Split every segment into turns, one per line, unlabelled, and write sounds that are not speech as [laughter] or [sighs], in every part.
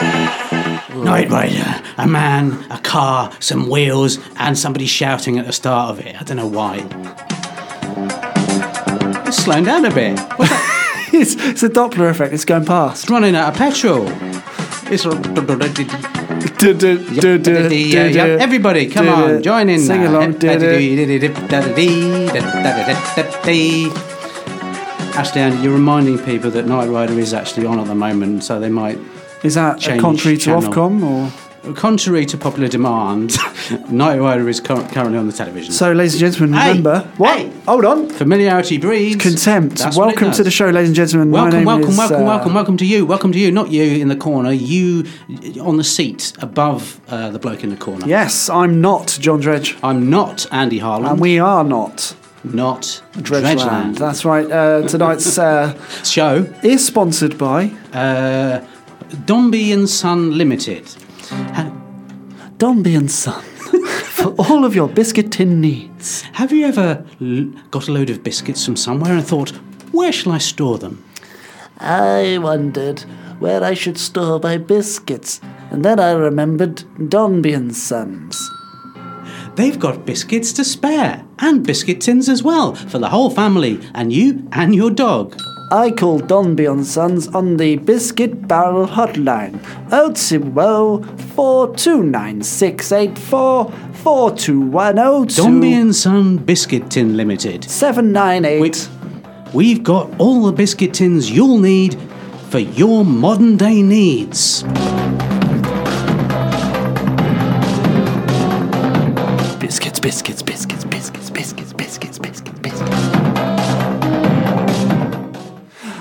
Night Rider, a man, a car, some wheels, and somebody shouting at the start of it. I don't know why. It's slowing down a bit. What's that?
it's, it's a Doppler effect. It's going past.
It's running out of petrol. It's
Du- du- du- du- du- du-
everybody. Come
du-
on,
du-
join in.
Sing
now.
along. Du- du-
Actually, Andy, you're reminding people that Night Rider is actually on at the moment, so they might
Is that
Change
contrary to
channel.
Ofcom or?
Contrary to popular demand, [laughs] Night Rider is cur- currently on the television.
So, ladies and gentlemen,
Hey,
remember what?
hey.
Hold on.
Familiarity breeds
Contempt.
That's what it
welcome to
does.
the show, ladies and gentlemen. My
Welcome,
name
welcome,
is,
welcome,
uh,
welcome, welcome to you. Welcome to you, not you in the corner. You on the seat above uh, the bloke in the corner.
Yes, I'm not John Dredge,
I'm not Andy Harland.
and we are not
not Mm.
Dredgeland.
Dredgeland.
That's right. Uh, tonight's uh,
show
is sponsored by
uh, Dombey and Son Limited. Ha-
Dombey and Son [laughs] for all of your biscuit tin needs.
Have you ever l- got a load of biscuits from somewhere and thought, where shall I store them?
I wondered where I should store my biscuits, and then I remembered Dombey and Sons.
They've got biscuits to spare and biscuit tins as well for the whole family and you and your dog.
I call Donby and Sons on the Biscuit Barrel Hotline 020 429684 oh
Dombey and Son Biscuit Tin Limited.
798.
We, we've got all the biscuit tins you'll need for your modern day needs.
Biscuits, biscuits, biscuits, biscuits, biscuits, biscuits, biscuits, biscuits.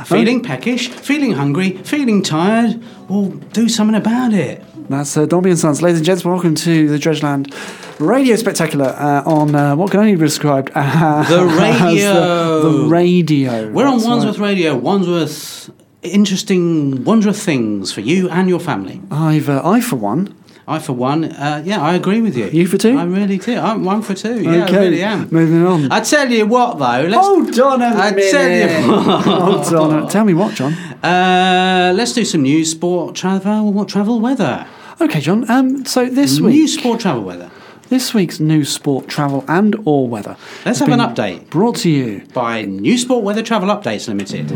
Feeling peckish, feeling hungry, feeling tired? Well, do something about it.
That's uh, Dombey and Sons. Ladies and gentlemen, welcome to the Dredgeland Radio Spectacular uh, on uh, what can only be described [laughs] as
The
the,
radio.
the radio.
We're on
That's right.
Wandsworth Radio, Wandsworth interesting, wondrous things for you and your family.
I've, uh, I, for one,
I, for one, uh, yeah, I agree with you.
You for two?
I really do. I'm one for two. Yeah,
Okay,
I really am.
moving on. Oh!
I tell you what, though. Let's,
Hold on a
I
minute. [laughs]
tell you what.
Hold on. uh, Tell me what, John.
Uh, let's do some news, sport, travel, what travel weather.
Okay, John. Um, so this week,
News, sport, travel weather.
this week's news, sport, travel, and or weather.
Let's
has
have an
been
update.
Brought to you.
By New Sport Weather Travel Updates Limited.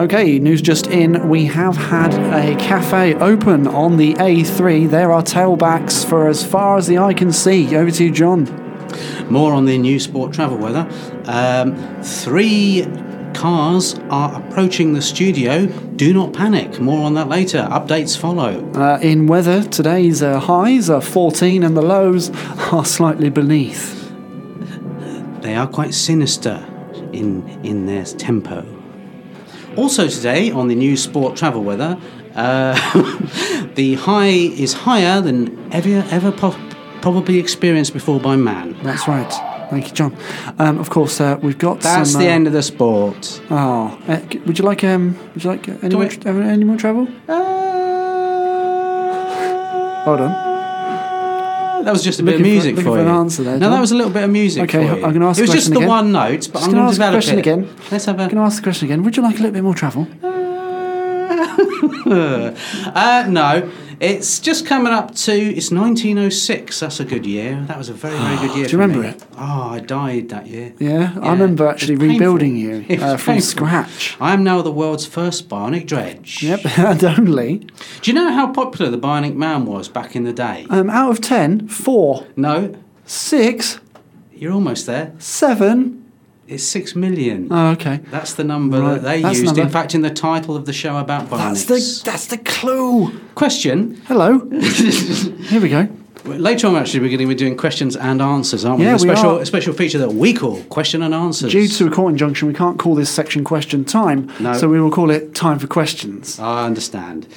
Okay, news just in. We have had a cafe open on the A3. There are tailbacks for as far as the eye can see. Over to you, John.
More on the new sport travel weather. Um, three cars are approaching the studio. Do not panic. More on that later. Updates follow.
Uh, in weather, today's uh, highs are 14 and the lows are slightly beneath.
They are quite sinister in in their tempo. Also today on the new sport travel weather, uh, [laughs] the high is higher than ever ever po- probably experienced before by man.
That's right. Thank you, John. Um, of course, uh, we've got
That's
some.
the
uh,
end of the sport.
Oh, uh, c- would you like um? Would you like uh, any
Do
more,
it.
tra- any more travel? Hold on.
Uh, That was just a
Looking
bit
for-
of music for,
looking for
you.
an answer there,
no,
John.
that was a little bit of music.
Okay,
for you.
I'm gonna ask
It was
the
just
question
the
again.
one note, but
Just
I'm
gonna
going to
ask the
develop
question
it.
again.
Let's have
Can
a.
I ask the question again? Would you like a little bit more travel?
uh, [laughs] no, it's just coming up to. It's 1906. That's a good year. That was a very, very good year.
[sighs] Do
for
you remember
me.
it?
Oh, I died that year.
Yeah, I
Yeah,
remember
it
actually
was painful.
rebuilding you
[laughs] It
uh,
was
from
painful.
scratch.
I am now the world's first bionic dredge.
Yep, [laughs] and only
Do you know how popular the bionic man was back in the day?
um, out of ten, four,
No,
six,
you're almost there.
seven.
It's six million.
Oh, okay.
That's the number
Right,
that they
that's the
used. In
number.
fact, in the title of the show about
That's
bionics.
the that's the clue.
question.
Hello. [laughs] Here we go.
Later on, actually, we're going to be doing questions and answers, aren't we?
Yeah,
a
we
special,
are.
A special feature that we call question and answers.
Due to a court injunction, we can't call this section question time,
No.
so we will call it time for questions.
I understand.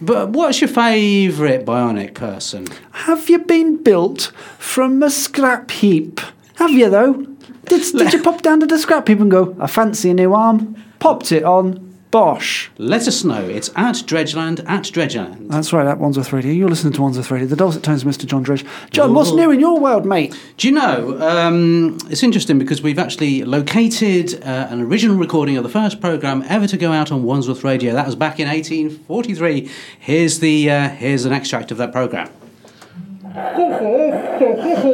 But what's your favourite bionic person?
Have you been built from a scrap heap? Have you [laughs] though? Did, did you pop down to the scrap heap and go, I fancy a new arm? Popped it on, Bosch.
Let us know. It's at Dredgeland, at Dredgeland.
That's right, that one's a 3D. You're listening to one's a 3D. The dulcet tones of Mr. John Dredge. John, what's
Ooh.
new in your world, mate?
Do you know, um, it's interesting because we've actually located uh, an original recording of the first programme ever to go out on Wandsworth Radio. That was back in 1843. Here's, the, uh, here's an extract of that programme. [laughs]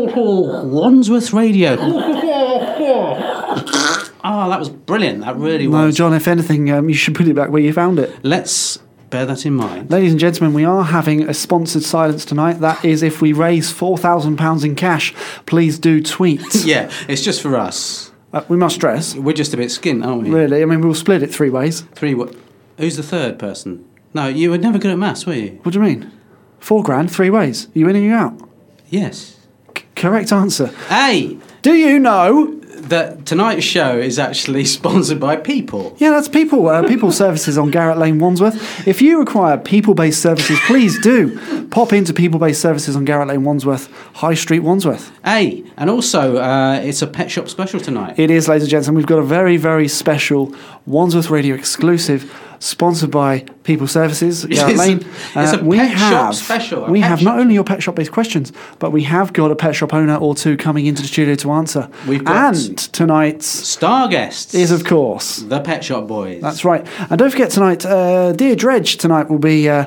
Wandsworth
[laughs]
Radio. Ah, that was brilliant. That really
No,
was.
John, if anything, um, you should put it back where you found it.
Let's bear that in mind.
Ladies and gentlemen, we are having a sponsored silence tonight. That is if we raise £4,000 in cash, please do [laughs] tweet.
Yeah, it's just for us.
uh, we must stress,
We're just a bit skint, aren't we?
really. I mean, we'll split it three ways.
Three. What? Who's the third person? No, you were never good at maths, were you?
What do you mean? Four grand, three ways. You in and you out.
Yes.
C- correct answer.
Hey,
Do you know?
the tonight's show is actually [laughs] sponsored by people.
Yeah, that's people. Uh, people [laughs] services on Garrett Lane, Wandsworth. If you require people-based services, please do pop into people-based services on Garrett Lane, Wandsworth, High Street, Wandsworth.
Hey, and also uh, it's a pet shop special tonight.
It is, ladies and gents, and we've got a very, very special Wandsworth Radio exclusive sponsored by
[laughs]
People Services, Garrett
It's a-
Lane.
it's a pet shop special, a
We
pet
have
shop-
not only your pet shop based questions, but we have got a pet shop owner or two coming into the studio to answer.
We've got-
and tonight's
Star guests
is, of course,
the Pet Shop Boys.
that's right. And don't forget tonight, uh, Dear Dredge tonight will be uh,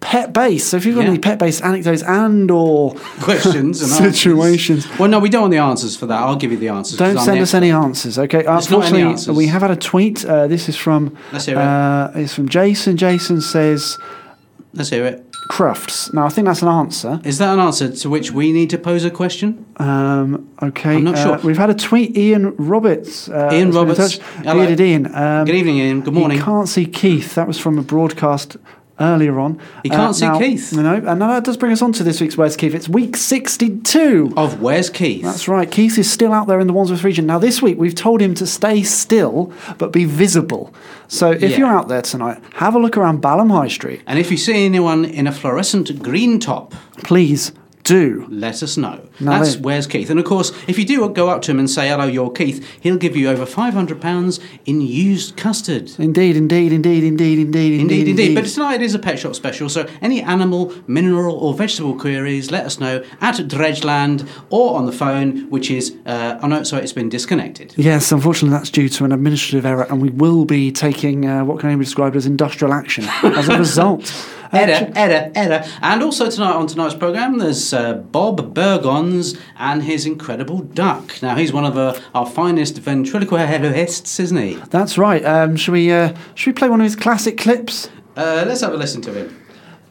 pet based. So if you've got
Yeah.
any pet based anecdotes and or
[laughs] questions and answers.
Situations.
Well, no, we don't want the answers for that. I'll give you the answers. 'cause
Don't
I'm
send
the
us any answers, okay?
There's not any
Unfortunately,
answers.
we have had a tweet. Uh, this is from
Let's hear it.
Uh, it's from Jason. Jason says
expert. Let's hear it.
crufts. Now I think that's an answer.
Is that an answer to which we need to pose a question?
Um, okay,
I'm not
uh,
sure.
We've had a tweet. Ian Roberts. Uh,
Ian
has been in
Roberts.
touch.
Hello.
Bearded Ian. Um,
Good evening, Ian. Good
He
morning.
can't see Keith. That was from a broadcast earlier on. Uh,
He can't see
now-
Keith.
No, and now that does bring us on to this week's Where's Keith. It's week sixty-two.
Of Where's Keith?
That's right. Keith is still out there in the Wandsworth region. Now, this week we've told him to stay still but be visible. So if
Yeah.
you're out there tonight, have a look around Balham High Street.
And if you see anyone in a fluorescent green top,
Please do.
let us know.
No,
That's
they-
where's Keith. And of course, if you do go up to him and say hello, you're Keith, he'll give you over five hundred pounds in used custard.
Indeed, indeed, indeed, indeed, indeed,
Indeed, indeed. But tonight it is a pet shop special, so any animal, mineral, or vegetable queries, let us know at Dredgeland or on the phone, which is uh, oh no, sorry, it's been disconnected.
Yes, unfortunately, that's due to an administrative error, and we will be taking uh, what can only be described as industrial action
[laughs]
as a result. Uh,
Edda, Edda, Edda. And also tonight on tonight's programme, there's uh, Bob Burgons and his incredible duck. Now, he's one of uh, our finest ventriloquists, isn't he?
That's right. Um, should we? Uh, should we play one of his classic clips?
Uh, let's have a listen to him.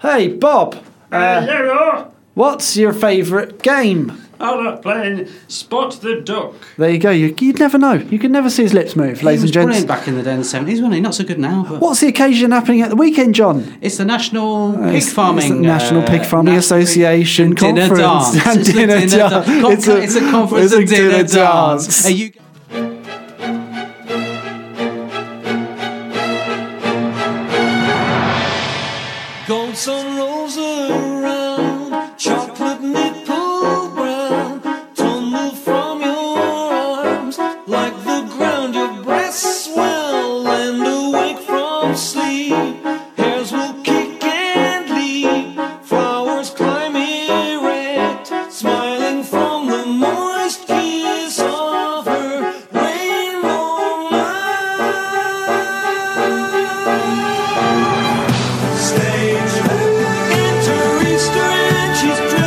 Hey, Bob. Uh,
Hello,
what's your favourite game?
I'm playing Spot the Duck.
There you go. You, you'd never know. You could never see his lips move, ladies
he was
and gents.
brilliant back in the day in the 70s, wasn't he? Not so good now, but
What's the occasion happening at the weekend, John?
it's the National Pig
Uh, It's- it's the
Farming... uh,
National Pig Farming
National
Association
Pig Dinner
Conference.
Dance.
[laughs] And
It's,
dinner
a dinner
dance.
dance. Con-
It's a-
it's a conference
it's a
and dinner,
dinner
dance.
dance.
Are you...
Gold sun rolls around, chocolate nipple brown, tumble from your arms like the ground. Your breasts swell and awake from sleep. Hairs will kick and leap, flowers climb erect, smiling from the moist kiss of her rainbow mouth. Stage enter Easter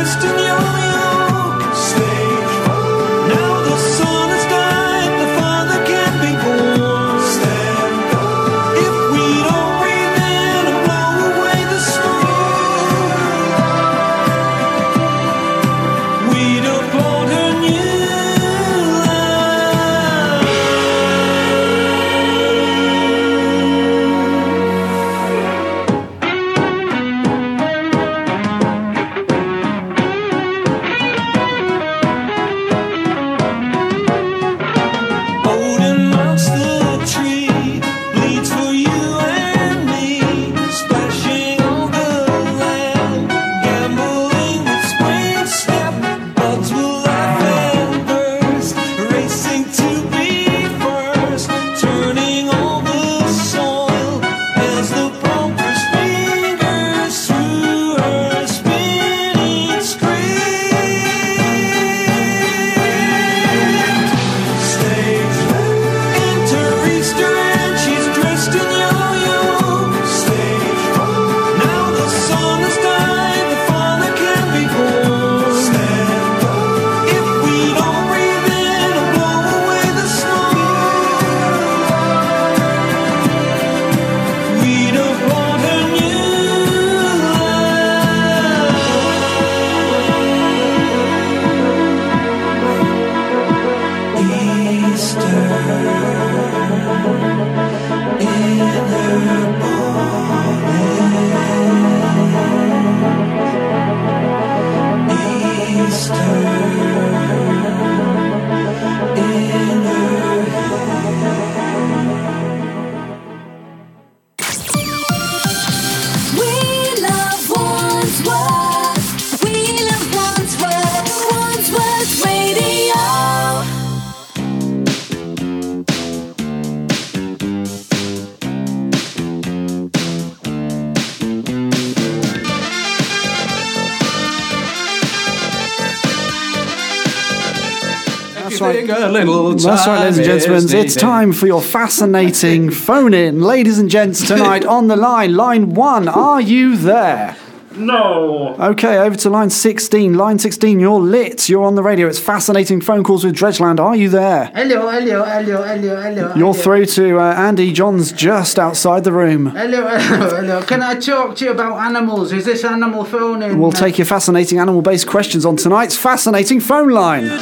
right.
a little
That's right, ladies and
time is
gentlemen. It's
needed.
time for your fascinating
[laughs]
phone in. Ladies and gents, tonight on the line, line one, are you there?
No.
Okay, over to line 16. Line 16, you're lit. You're on the radio. It's fascinating phone calls with Dredgeland. Are you there?
Hello, hello, hello, hello, hello.
You're
hello.
through to uh, Andy John's just outside the room.
Hello, hello, hello. Can I talk to you about animals? Is this animal phoning?
We'll take your fascinating animal based questions on tonight's fascinating phone line.
Is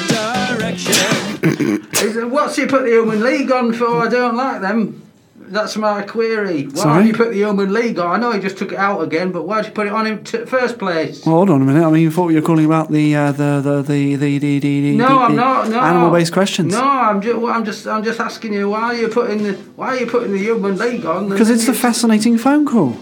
it- what's he put the Human League on for? I don't like them. That's my query. Why
Sorry?
did you put the Human League on? I know he just took it out again, but why did you put it on in t- first place?
Well, hold on a minute. I mean, you thought you were calling about the uh, the, the, the, the, the, the, the,
No,
the
I'm not. No.
animal based questions.
No, I'm just, I'm just, I'm just asking you why are you putting the, why are you putting the Human League on?
Because it's the
fact.
fascinating phone call.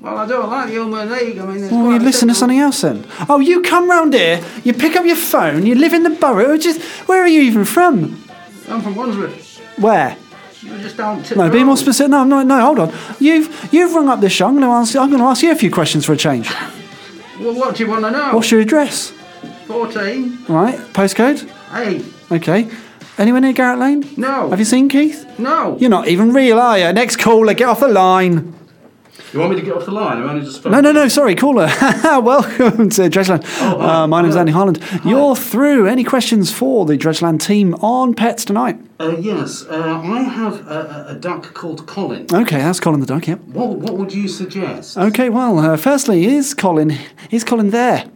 Well, I don't like the Human League. I mean, it's
Well,
quite
you listen to
simple.
something else then. Oh, you come round here, you pick up your phone, you live in the borough, which is. Where are you even from?
I'm from Wandsworth.
Where?
You're just down. Tip
No, be more
Road. specific.
specific. No, no, no. Hold on. You've you've rung up this show. I'm going to ask. I'm going to ask you a few questions for a change.
Well, what do you want to know?
What's your address?
14.
Right, postcode.
Hey,
Okay. Anyone near Garrett Lane?
no.
Have you seen Keith?
No.
You're not even real, are you? Next caller, get off the line.
You want me to get off the line? I'm only just.
No, no, no. Sorry, caller. [laughs] Welcome to Dredgeland. uh, my name's Andy Harland. You're through. Any questions for the Dredgeland team on pets tonight?
Uh, yes, uh, I have a, a, a duck called Colin.
Okay, that's Colin the Duck. Yep.
What, what would you suggest?
Okay. Well, uh, firstly, is Colin is Colin there?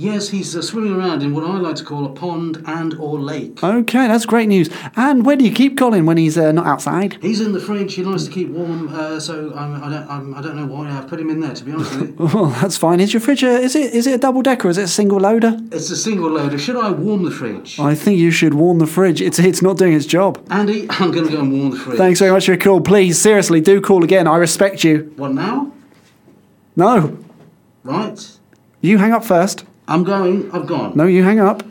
Yes, he's uh, swimming around in what I like to call a pond and or lake.
Okay, that's great news. And where do you keep Colin when he's uh, not outside? [laughs]
He's in the fridge. He likes to keep warm, uh, so I'm, I don't. I'm, I don't know why I've put him in there. To be honest with you,
Well, that's fine. Is your fridge a, is it is it a double decker? Is it a single loader?
it's a single loader. Should I warm the fridge?
I think you should warn the fridge. It's it's not doing its job.
Andy, I'm going to go and warm the fridge.
Thanks very much for your call. Please, seriously, do call again. I respect you.
What now?
No,
Right.
you hang up first.
I'm going. I've gone.
No, you hang up.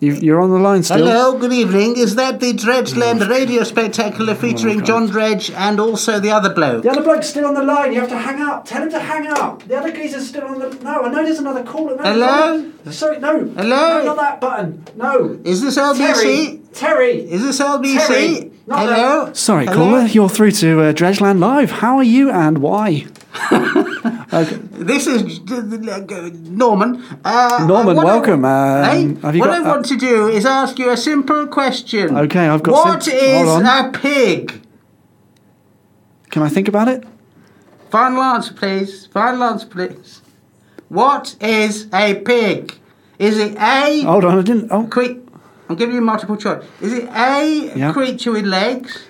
You, you're on the line still.
Hello, good evening. Is that the Dredgeland radio spectacular featuring John Dredge and also the other bloke?
The other bloke's still on the line. You have to hang up. Tell him to hang up. The other geezer's still on the. No, I know there's another caller. No,
Hello?
Sorry, no.
Hello?
No, not that button. No.
Is this LBC?
Terry.
Is this LBC?
Terry, not
Hello?
Sorry,
Hello?
caller. You're through to uh, Dredgeland Live. How are you and why? okay.
This is d- d- uh, Norman. Uh,
Norman,
what I-
welcome. Um,
hey,
have you
what
got-
I want to do is ask you a simple question.
Okay, I've got
What
sim-
is
hold on.
a pig?
Can I think about it?
Final answer, please. Final answer, please. What is a pig? Is it A?
Hold on, I didn't. Oh,
Quick, I'm giving you multiple choice. Is it A, a
Yeah.
creature with legs,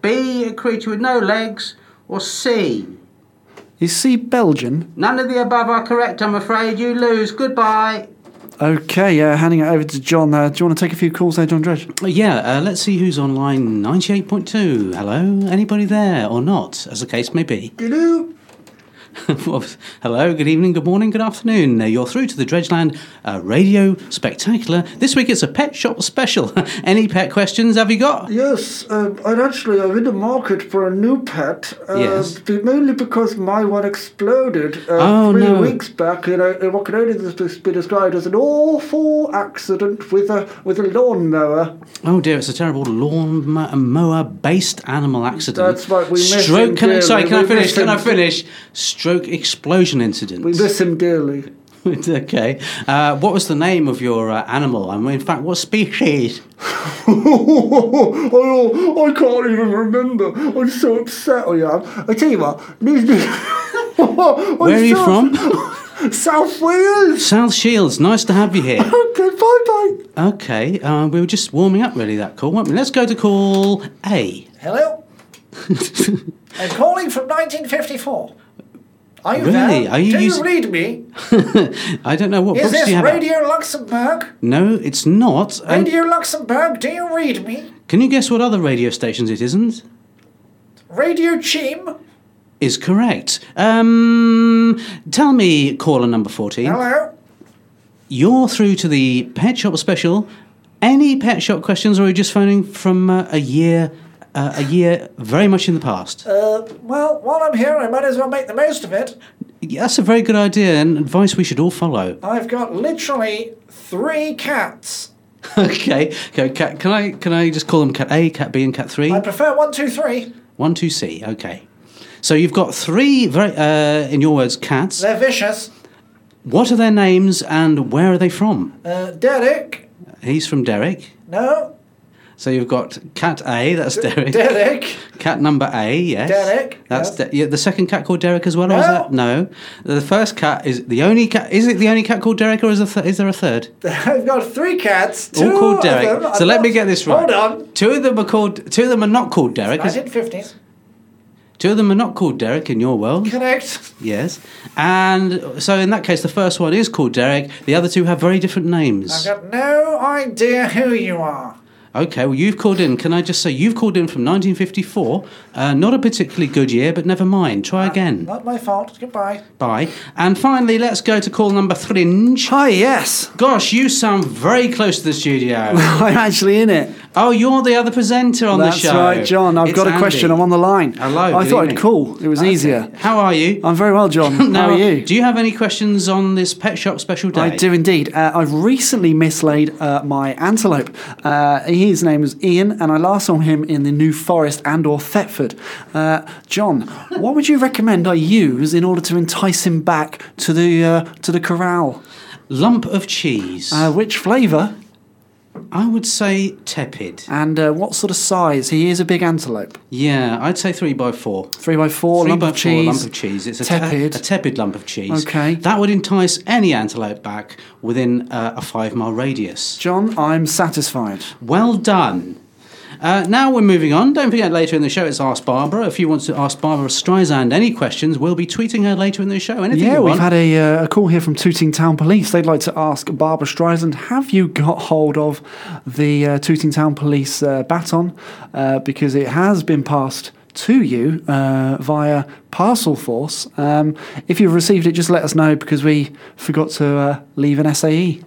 B, a creature with no legs, or C?
is C Belgian?
None of the above are correct, I'm afraid. You lose. Goodbye.
Okay, uh, handing it over to John. Uh, do you want to take a few calls there, John Dredge?
Uh, Yeah, uh, let's see who's on line 98.2. Hello, anybody there or not, as the case may be.
Hello.
[laughs] Well, Hello, good evening, good morning, good afternoon. Uh, You're through to the Dredgeland uh, Radio Spectacular. This week it's a pet shop special. [laughs] Any pet questions have you got?
Yes, uh, and actually, I'm in the market for a new pet. Uh,
Yes.
be- Mainly because my one exploded uh,
Oh,
three
no.
weeks back in, a, in what can only des- be described as an awful accident with a with a lawnmower.
Oh dear, it's a terrible lawn mo- mower-based animal accident.
That's right, we miss
Stroke.
him,
can I,
dear,
sorry,
we-
can I
we
finish?
miss
Can I
him.
finish? Stroke explosion incident.
We
[laughs]
miss him [laughs] dearly.
okay. Uh, what was the name of your uh, animal? I mean, in fact, what species?
oh, I can't even remember. I'm so upset I am. I tell you what, [laughs]
Where
where
are you
[laughs]
from?
South Wales.
South Shields, nice to have
[laughs]
you here.
Okay, bye bye.
Okay, uh, we were just warming up really that call, weren't we? Let's go to call A. [laughs]
Hello? I'm calling from 1954. Are you
Really?
there?
Are you
Do
using-
you read me?
[laughs] I don't know what
Is
books
this
do you have.
Radio Luxembourg?
No, it's not. Um,
Radio Luxembourg, do you read me?
can you guess what other radio stations it isn't?
Radio Cheam?
Is correct. Um, tell me, caller number 14.
Hello?
You're through to the Pet Shop Special. Any Pet Shop questions, or are you just phoning from uh, a year, uh, a year very much in the past?
Uh, well, while I'm here, I might as well make the most of it.
Yeah, That's a very good idea and advice we should all follow.
I've got literally three cats
[laughs] okay. Okay. Cat, can I can I just call them Cat A, Cat B, and Cat Three?
I prefer one, two, three.
One, two, C. Okay. So you've got three very, uh, in your words, cats.
They're vicious.
What are their names and where are they from?
Uh, Derek.
He's from Derek. [laughs]
No.
So you've got Cat A. That's Derek.
Derek.
Cat number A, yes.
Derek,
That's
yes.
De- yeah, the second cat called Derek as well, or is
No.
that no? The first cat is the only cat. Is it the only cat called Derek, or is, a th- is there a third?
I've got three cats. Two
All called
of
Derek.
them are
so let me
not-
get this right.
Hold on.
Two of them are called. Two of them are not called Derek. is-
1950s.
Two of them are not called Derek in your world.
Correct.
Yes. And so in that case, the first one is called Derek. The other two have very different
I've
names.
got no idea who you are.
Okay. Well, you've called in. Can I just say you've called in from 1954? Uh, not a particularly good year, but never mind. Try
Ah.
again.
Not my fault. Goodbye.
Bye. And finally, let's go to call number Thringe.
Hi, yes. [laughs]
Gosh, you sound very close to the studio.
I'm actually in it.
oh, you're the other presenter on
That's
the show.
right, John. I've
It's
got a
Andy.
question. I'm on the line.
Hello,
I
good
thought
evening.
I'd call. It was easier.
How are you?
I'm very well,
[laughs]
John. How are you?
Do you have any questions on this pet shop special day?
I do indeed. Uh, I've recently mislaid uh, my antelope. Uh, his name was Ian, and I last saw him in the New Forest and/or Thetford. Uh, John, what would you recommend I use in order to entice him back to the uh, to the corral?
Lump of cheese.
Uh, which flavour
I would say tepid.
and uh, what sort of size? He is a big antelope.
Yeah, I'd say three by four.
Three by four,
Three
lump
by
of
four
cheese.
lump of cheese. It's a te-
tepid.
a tepid lump of cheese.
Okay.
That would entice any antelope back within uh, a five mile radius.
John, I'm satisfied.
Well done. Uh, now we're moving on. Don't forget later in the show it's Ask Barbara. If you want to ask Barbara Streisand any questions, we'll be tweeting her later in the show. Anything
Yeah,
you
we've
want.
had a, uh, a call here from Tooting Town Police. They'd like to ask Barbara Streisand, have you got hold of the uh, Tooting Town Police uh, baton? Uh, because it has been passed to you uh, via parcel force. Um, if you've received it, just let us know because we forgot to uh, leave an SAE.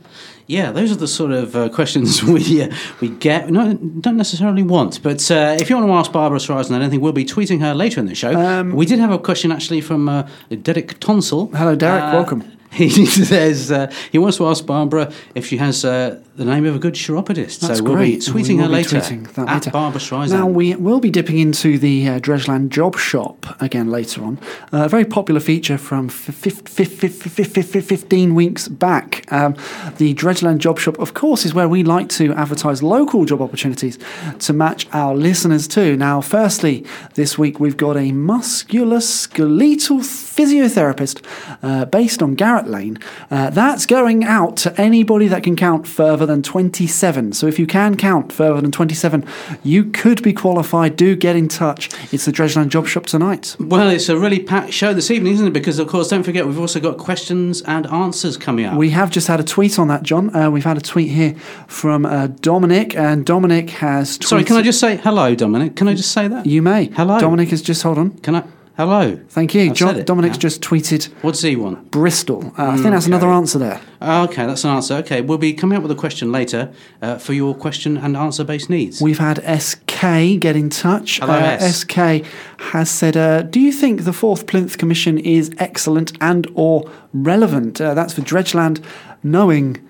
yeah, those are the sort of uh, questions [laughs] we uh, we get. No, don't necessarily want, but uh, if you want to ask Barbara Streisand anything, we'll be tweeting her later in the show.
Um,
we did have a question actually from uh, Derek Tonsil.
Hello, Derek. Welcome.
[laughs] He says uh, he wants to ask Barbara if she has uh, the name of a good chiropodist.
That's
so we'll
great.
be tweeting
We
her
will be
later
tweeting that
at
later.
Barbara Streisand.
Now, we will be dipping into the uh, Dredgeland Job Shop again later on. Uh, a very popular feature from fif- fif- fif- fif- fif- fif- fif- 15 weeks back. Um, the Dredgeland Job Shop, of course, is where we like to advertise local job opportunities to match our listeners to. Now, firstly, this week we've got a musculoskeletal physiotherapist uh, based on Garrett Lane. Uh, that's going out to anybody that can count further than 27. So if you can count further than 27, you could be qualified. Do get in touch. It's the Dredgeland Job Shop tonight.
Well, it's a really packed show this evening, isn't it? Because, of course, don't forget, we've also got questions and answers coming up.
We have just had a tweet on that, John. Uh, we've had a tweet here from uh, Dominic, and Dominic has. Tweeted,
Sorry, can I just say hello, Dominic? Can I just say that?
You may.
Hello.
Dominic has just hold on.
Can I? Hello.
Thank you,
I've said
John.
it Mm,
Dominic's
now.
just tweeted
What's he want? Ah,
Bristol. Uh, I think that's another answer there.
Okay, that's an answer. Okay, we'll be coming up with a question later uh, for your question and answer based needs.
We've had SK get in touch.
Hello, S.
SK has said, uh, "Do you think the Fourth Plinth Commission is excellent and or relevant?" Uh, that's for Dredgeland, knowing.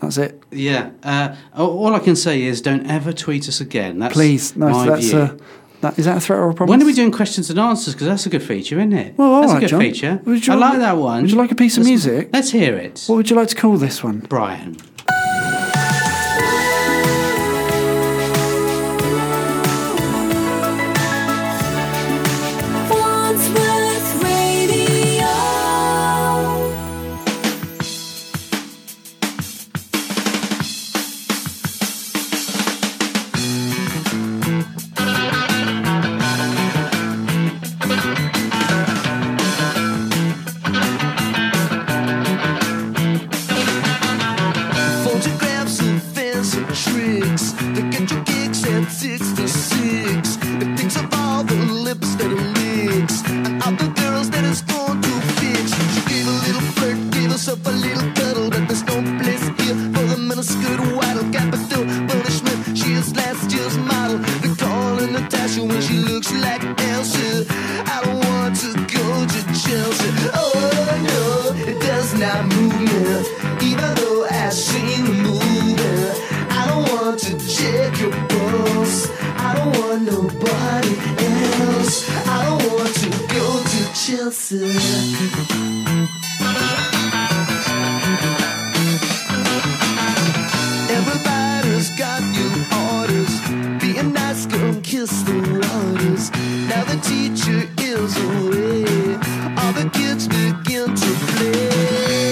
That's it.
yeah. Uh, all all I can say is don't ever tweet us again. That's
Please, no,
my
that's
view.
uh, that. Is that a threat or a promise?
when are we doing questions and answers? Because that's a good feature, isn't it?
Well, all
that's a
right,
good
John.
feature.
Would you
I
like-
like that one.
would you like a piece of
Let's-
music?
Let's hear it,
What would you like to call this one?
Brian.
Wandsworth Radio.
Photographs and fancy tricks that get your kicks at 66. It thinks of all the lips that it licks and all the girls that it's going to fix. She gave a little flirt, gave herself a little cuddle, but there's no place here for the minuscule waddle. Capital punishment, she is last year's model. They call her Natasha when she looks like Elsa. I don't want to go to Chelsea. Oh no, it does not move me, even though I've seen the movie.
dancer.
Everybody's got new orders. Be a nice girl and kiss the waters. Now the teacher is away. All the kids begin to play.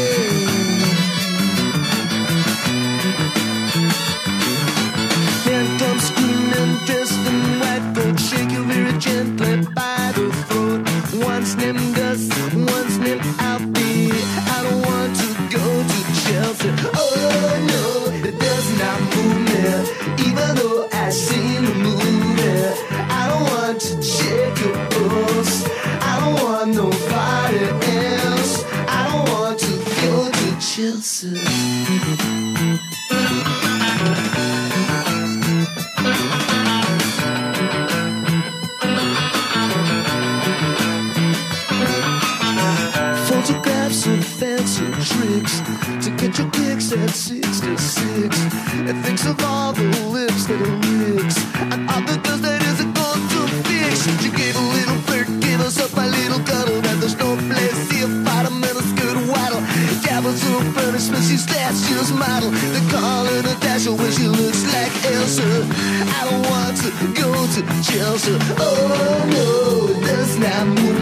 Here comes screaming, dressed in white coat. Shake you very gently by the throat. Once named Gus, once named Alfie. I don't want to go to Chelsea. Oh no, it does not move me. Even though I seen the movie, I don't want to check your books. I don't want nobody else. I don't want to go to Chelsea. Photographs and fancy tricks to get your kicks at 66. And thinks of all the lips that are licks and all the girls that isn't going to fix. She gave a little flirt, gave us up my little cuddle. That there's no place here, bottom and a good waddle. Dabbles in her punishment, she's last year's model. They call her the dasher when she looks like Elsa. I don't want to go to Chelsea. Oh no, that's not moving.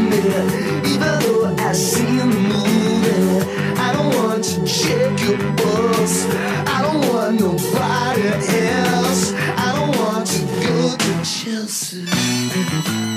Even though I see the movie, I don't want to check your books. I don't want nobody else. I don't want to go to Chelsea.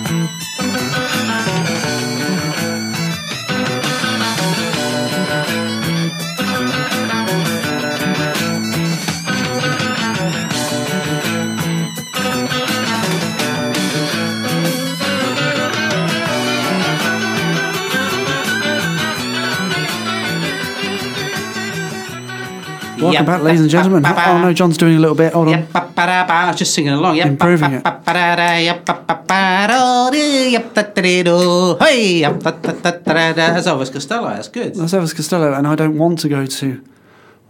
Welcome back, ladies
[laughs]
and gentlemen. Oh no, John's doing a little bit. Hold on.
Yep, ba, ba, da, ba. I was just singing along. Yep,
Improving
ba,
it.
ba, ba, da, da, yep, ba, ba, ba, do, dee, yep, da, da, dee, do. Hey, yep, da, da, da, da, da. That's Elvis Costello. That's good.
That's Elvis Costello, and I don't want to go to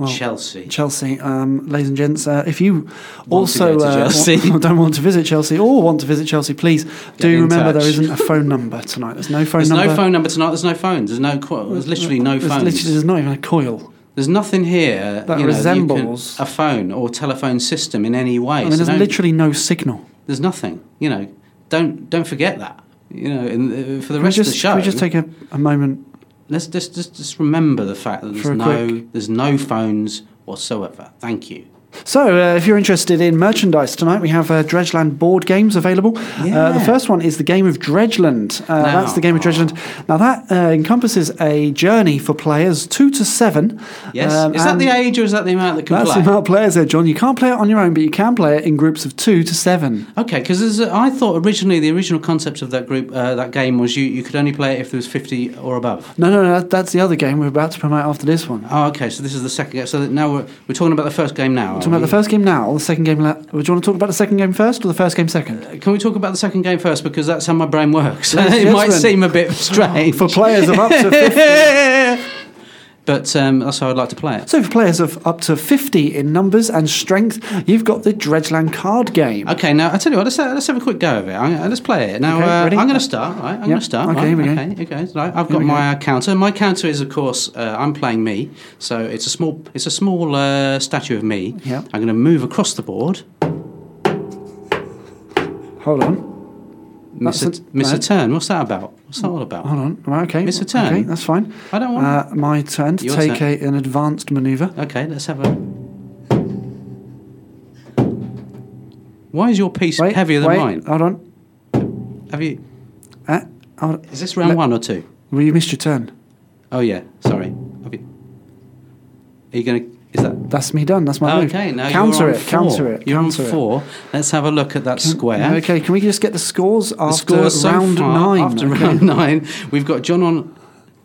Chelsea.
Chelsea. Um, ladies and gents, uh, if you also
go to
uh,
Chelsea.
want- [laughs] don't want to visit Chelsea or want to visit Chelsea, please do
in
remember
touch.
there isn't a
[laughs]
phone number tonight. There's no phone
There's
number.
no phone number tonight. There's no phones. There's no. Qu- there's literally no
There's
phones.
literally, there's not even a coil.
There's nothing here
That
you know, that you can-
resembles-
a phone or telephone system in any way.
I mean,
So
there's
don't-
literally no signal.
there's nothing. You know, don't don't forget that. You know, in, uh, for the
Can we
rest
just,
of the show,
can we just take a, a moment?
let's just, just just remember the fact that
For
there's
a
no
quick-
there's no phones whatsoever. Thank you.
So, uh, if you're interested in merchandise tonight, we have uh, Dredgeland board games available. Uh, the
Yeah.
first one is the game of Dredgeland. Uh, That's the game of Dredgeland. Now, that uh, encompasses a journey for players two to seven.
Yes,
Um,
is that
and
the age or is that the amount that can
That's
play?
the amount of players there, John. You can't play it on your own, but you can play it in groups of two to seven.
Okay, because I thought originally the original concept of that group, uh, that game was you, you could only play it if there was 50 or above.
No, no, no. that- That's the other game we're about to promote after this one.
Oh, okay, so this is the second game. So that now we're, we're talking about the first game now.
Talking about the first game now, the second game. La- do you want to talk about the second game first or the first game second?
Can we talk about the second game first? Because that's how my brain works.
Ladies and
[laughs] it might
gentlemen.
seem a bit strange. [laughs]
For players of up [laughs] to 50.
but um, that's how I'd like to play it.
So for players of up to 50 in numbers and strength, you've got the Dredgeland card game.
Okay, now I tell you what. Let's, uh, let's have a quick go of it. I'm, let's play it now.
Okay,
uh, I'm
ready?
going to start. Right, I'm going to start.
Okay,
right,
here we go.
okay, okay. So I- I've got my uh, counter. My counter is, of course, uh, I'm playing me. So it's a small, it's a small uh, statue of me.
Yeah.
I'm going to move across the board,
Hold on.
miss, a,
That's a-
miss
no.
a turn. What's that about? What's that all about?
Hold on. Right, okay.
Miss a turn.
Okay, that's fine.
I don't want-
Uh, my turn to
Your
take
turn.
A, an advanced maneuver.
Okay, let's have a. Why is your piece
Wait,
heavier than
wait, Uh,
mine?
Hold on.
Have you?
Uh, hold on.
Is this round
Let-
one or two?
Well, you missed your turn.
Oh yeah, sorry. Have you, are you going to? Is that?
That's me done. That's my move.
Okay, now
Oh, counter
you're on
it.
four.
Counter it.
You're
counter
on
it.
four. Let's have a look at that square.
Okay, can we just get the scores
The
after
score so
round
far,
nine?
After
Okay.
round nine, we've got John on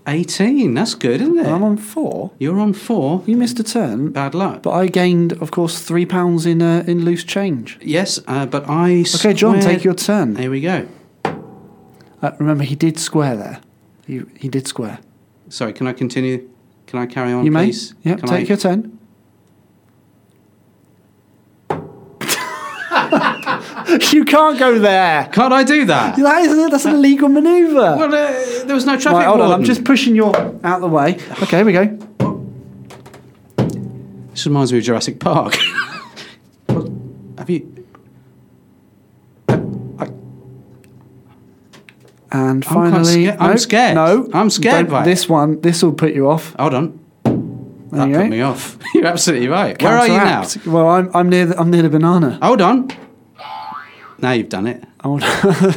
eighteen. That's good, isn't it?
I'm on four.
You're on four.
You missed a turn,
Bad luck.
but I gained, of course, three pounds in uh, in loose change.
yes, uh, but I.
Okay, John, take your
squared-
turn.
Here we go.
Uh, remember, he did square there. He, he did square.
Sorry, can I continue? Can I carry on,
you may.
please?
Yep,
Can
take
I- [laughs]
your turn. [laughs] you can't go there.
Can't I do that?
That is, that's an illegal manoeuvre.
Well, uh, there was no traffic
Right, hold on. I'm
warden.
just pushing your out the way. Okay, here we go.
This reminds me of Jurassic Park. [laughs] Well, Have you?
And
quite
finally,
sca- I'm
no,
scared.
No,
I'm scared
don't-
by it.
This one, this will put you off.
Hold on.
There you
that
go.
put me off. [laughs] You're absolutely right. Where are you now?
Counteract. Well, I'm, I'm near the, I'm near the banana.
Hold on. Now you've done it.
Oh,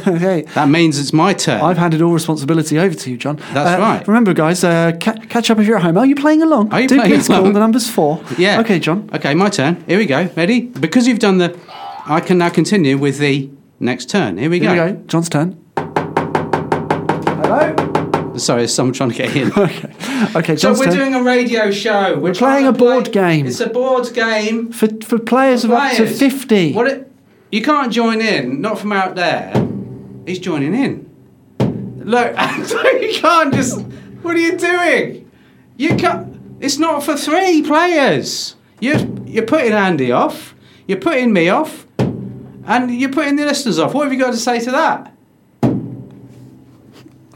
[laughs] okay.
That means it's my turn.
I've handed all responsibility over to you, John.
That's
Uh,
right.
Remember, guys, uh, ca- catch up if you're at home. Are you playing along?
Are you
Do
playing
please
along?
call. The number's four.
yeah.
Okay, John.
Okay, my turn. Here we go. Ready? Because you've done the, I can now continue with the next turn. Here we
Here
go.
we go. John's turn.
Sorry, someone trying to get in.
[laughs] Okay. Okay,
so
John's
we're
turn.
doing a radio show. We're, trying
playing
to
a board
play-
game.
It's a board game.
for, for players of up to
Players.
50.
What it, you can't join in, not from out there. He's joining in. Look, [laughs] you can't just. What are you doing? You can't. It's not for three players. You're, you're putting Andy off, you're putting me off, and you're putting the listeners off. What have you got to say to that?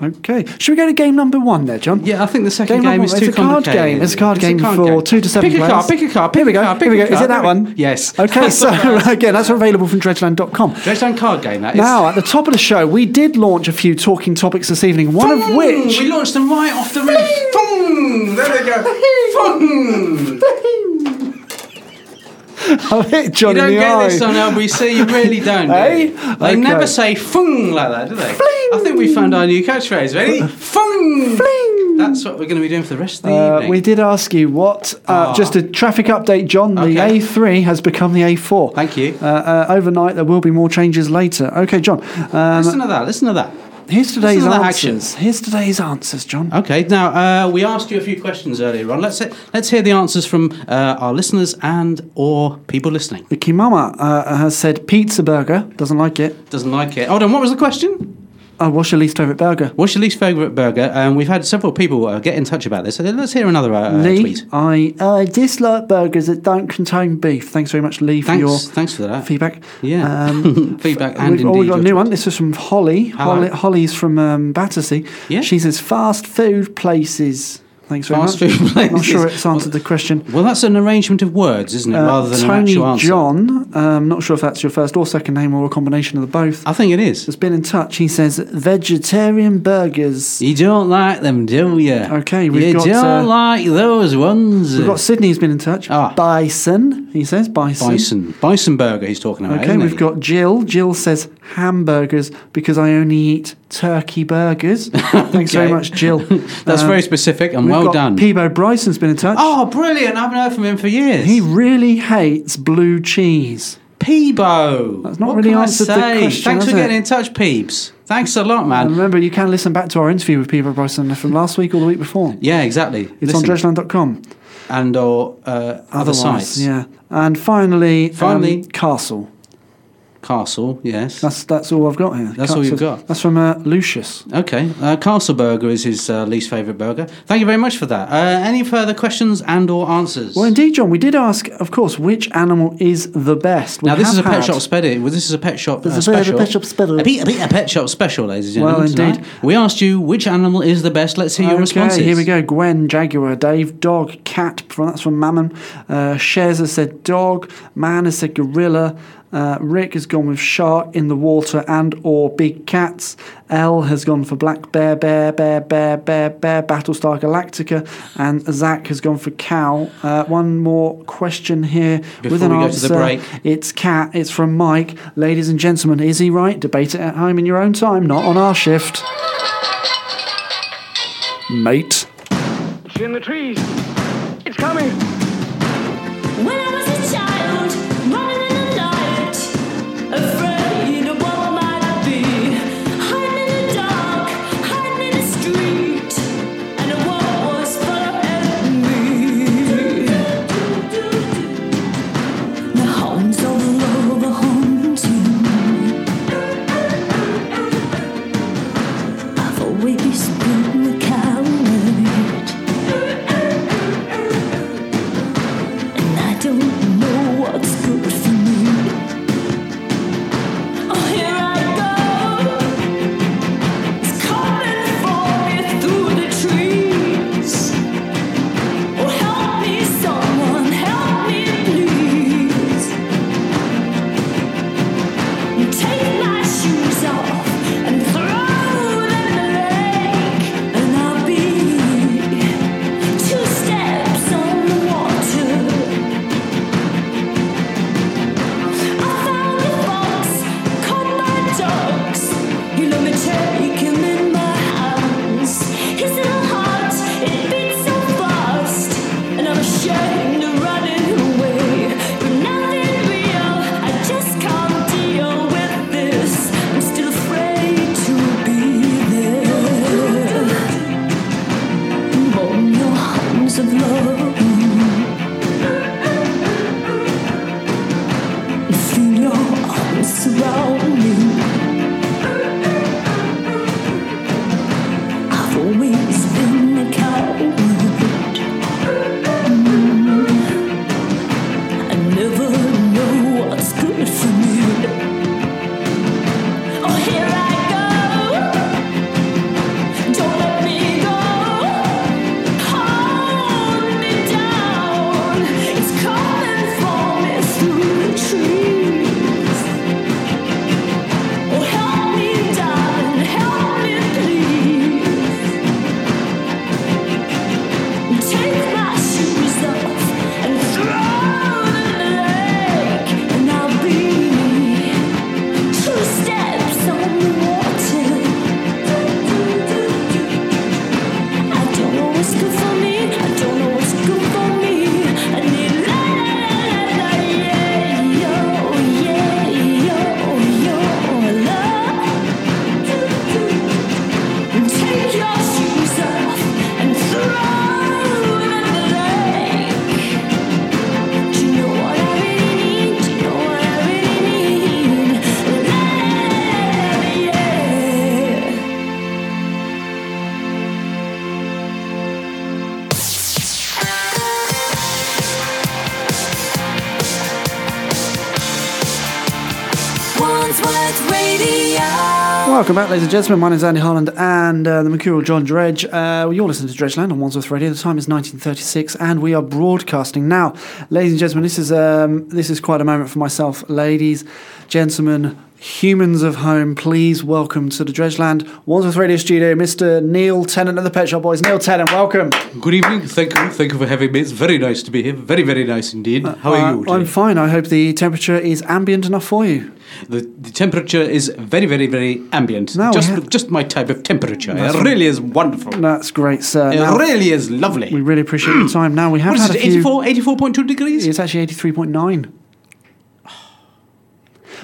Okay. Should we go to game number one there, John?
Yeah, I think the second
Game
game,
number
is
one.
too
It's a card
complicated.
game. It's a card game
card
for two to seven
pick a
players.
Car, pick a car, pick
Here we
a
go.
car, pick
Here we
a
go. Is
car.
it that one?
[laughs] Yes.
[laughs] Okay, so again, that's available from dredgeland.com.
Dredge Down card game, that is.
Now, at the top of the show, we did launch a few talking topics this evening, one of
Fung!
which.
we launched them right off the roof. Fung! There they go.
[laughs]
Fung!
[laughs] I'll hit
You
John
don't
in the
get
eye.
this on LBC. You
[laughs]
really don't. Do
Eh?
you? They
Okay.
never say "fung" like that, do they? I think we found our new catchphrase. Ready? Fung!
Fling!
That's what we're going to be doing for the rest of the
Uh,
evening.
we did ask you what. Uh,
Ah.
Just a traffic update, John. The
Okay.
A3 has become the A4.
Thank you.
Uh, uh, overnight, there will be more changes later. Okay, John. Um,
listen to that. Listen to that.
here's today's
listen to the
answers.
actions.
Here's today's answers, John.
Okay. Now uh, we asked you a few questions earlier on. Let's he- let's hear the answers from uh, our listeners and or people listening.
The Kimama uh, has said pizza burger. Doesn't like it.
Doesn't like it. Hold on. What was the question?
Oh, what's your least favourite burger?
What's your least favourite burger? And we've had several people uh, get in touch about this. So let's hear another uh,
Lee,
tweet.
I uh, dislike burgers that don't contain beef. Thanks very much, Lee, for
Thanks,
your
thanks for that.
feedback.
Yeah,
Um,
[laughs] feedback and
We've,
indeed.
oh, we've got
your
a new
tweet.
one. This is from Holly.
Hello.
Holly Holly's from um, Battersea.
Yeah.
She says fast food places. Thanks very
Fast
much.
food
Not
places.
sure it's answered the question.
Well, that's an arrangement of words, isn't it,
Uh,
rather than an
Tony
actual answer?
John. Um, not sure if that's your first or second name or a combination of the both.
I think it is.
has been in touch. He says vegetarian burgers.
You don't like them, do you?
Okay, we've
you
got,
don't
uh,
like those ones.
We've got Sydney's been in touch.
Ah.
Bison. He says bison.
bison, bison burger. He's talking about.
Okay,
isn't
we've
he?
got Jill. Jill says hamburgers because I only eat
[laughs]
turkey burgers. Thanks very
Okay.
much, Jill.
[laughs] That's
Um,
very specific and
we've
well
got
done.
Peebo Bryson's been in touch.
oh, brilliant! I haven't heard from him for years.
He really hates blue cheese.
Peebo.
That's not
what
really
can I
answered the
say?
question,
Thanks
has
for
it? Um,
getting in touch, Peeps. Thanks a lot, man.
And remember, you can listen back to our interview with Peebo Bryson from last week or the week before.
Yeah, exactly.
It's
Listen,
on dredgeland.com.
and or uh, other sites.
Yeah. And finally, um,
Finally-
Castle.
Castle, yes.
That's that's all I've got here.
That's all you've got.
That's from uh, Lucius.
Okay, uh, Castle Burger is his uh, least favourite burger. Thank you very much for that. Uh, any further questions and or answers?
Well, indeed, John, we did ask, of course, which animal is the best. We
now this
have
is a pet
had-
shop special. This is a pet shop uh,
This is a bit of a
special.
pet shop special.
A bit- a bit- a pet shop special, ladies and
Well,
gentlemen. tonight.
indeed.
We asked you which animal is the best. Let's hear your responses.
here we go. Gwen, Jaguar, Dave, Dog, Cat. From, that's from Mammon. Uh, Shares has said Dog. Man has said Gorilla. Uh, Rick has gone with Shark in the water and or Big Cats. L has gone for Black Bear, Bear, Bear, Bear, Bear, Bear, Battlestar Galactica. And Zach has gone for Cow. Uh, one more question here with
Before
an
we go to
answer.
the break.
It's Cat. It's from Mike. Ladies and gentlemen, is he right? Debate it at home in your own time, not on our shift. Mate.
in the trees. It's coming.
When I was a child, running in the night, afraid of what might be, hiding in the dark, hiding in the street, and the world was following me. The hounds of love are hunting. I've always been a coward. And I don't
Oh,
of love. You feel your arms surround me. I've always been a coward. I never know what's good for me. Oh, here I go. Don't let me go. Hold me down. It's coming for me through the trees. Oh, help me, darling, help me, please. Take my shoes off and throw them in the lake, and I'll be two steps on the water. I don't know what's good for me. I don't know what's good for me. I need la la la yeah yo yeah yo yo love. Take your shoes off and throw them in the lake. Do you know what I really need? Do you know what I really need? La la la yeah. Wandsworth Radio.
Welcome back, ladies and gentlemen. My name is Andy Holland and uh, the mercurial John Dredge. Uh, well, you're listening to Dredgeland on Wandsworth Radio. The time is 1936, and we are broadcasting now, ladies and gentlemen. This is um, this is quite a moment for myself, ladies, gentlemen, humans of home. Please welcome to the Dredgeland Wandsworth Radio Studio, Mr. Neil Tennant of the Pet Shop Boys. Neil Tennant, welcome.
Good evening. Thank you. Thank you for having me. It's very nice to be here. Very, very nice indeed. How are
Uh,
you? Today?
I'm fine. I hope the temperature is ambient enough for you.
The, the temperature is very, very, very ambient.
No, we
just,
have-
just my type of temperature. It really is wonderful.
That's great, sir.
It
Now-
really is lovely.
we really appreciate your time. Now we have
what is
had
it?
a few.
84, 84.2 degrees?
It's actually 83.9.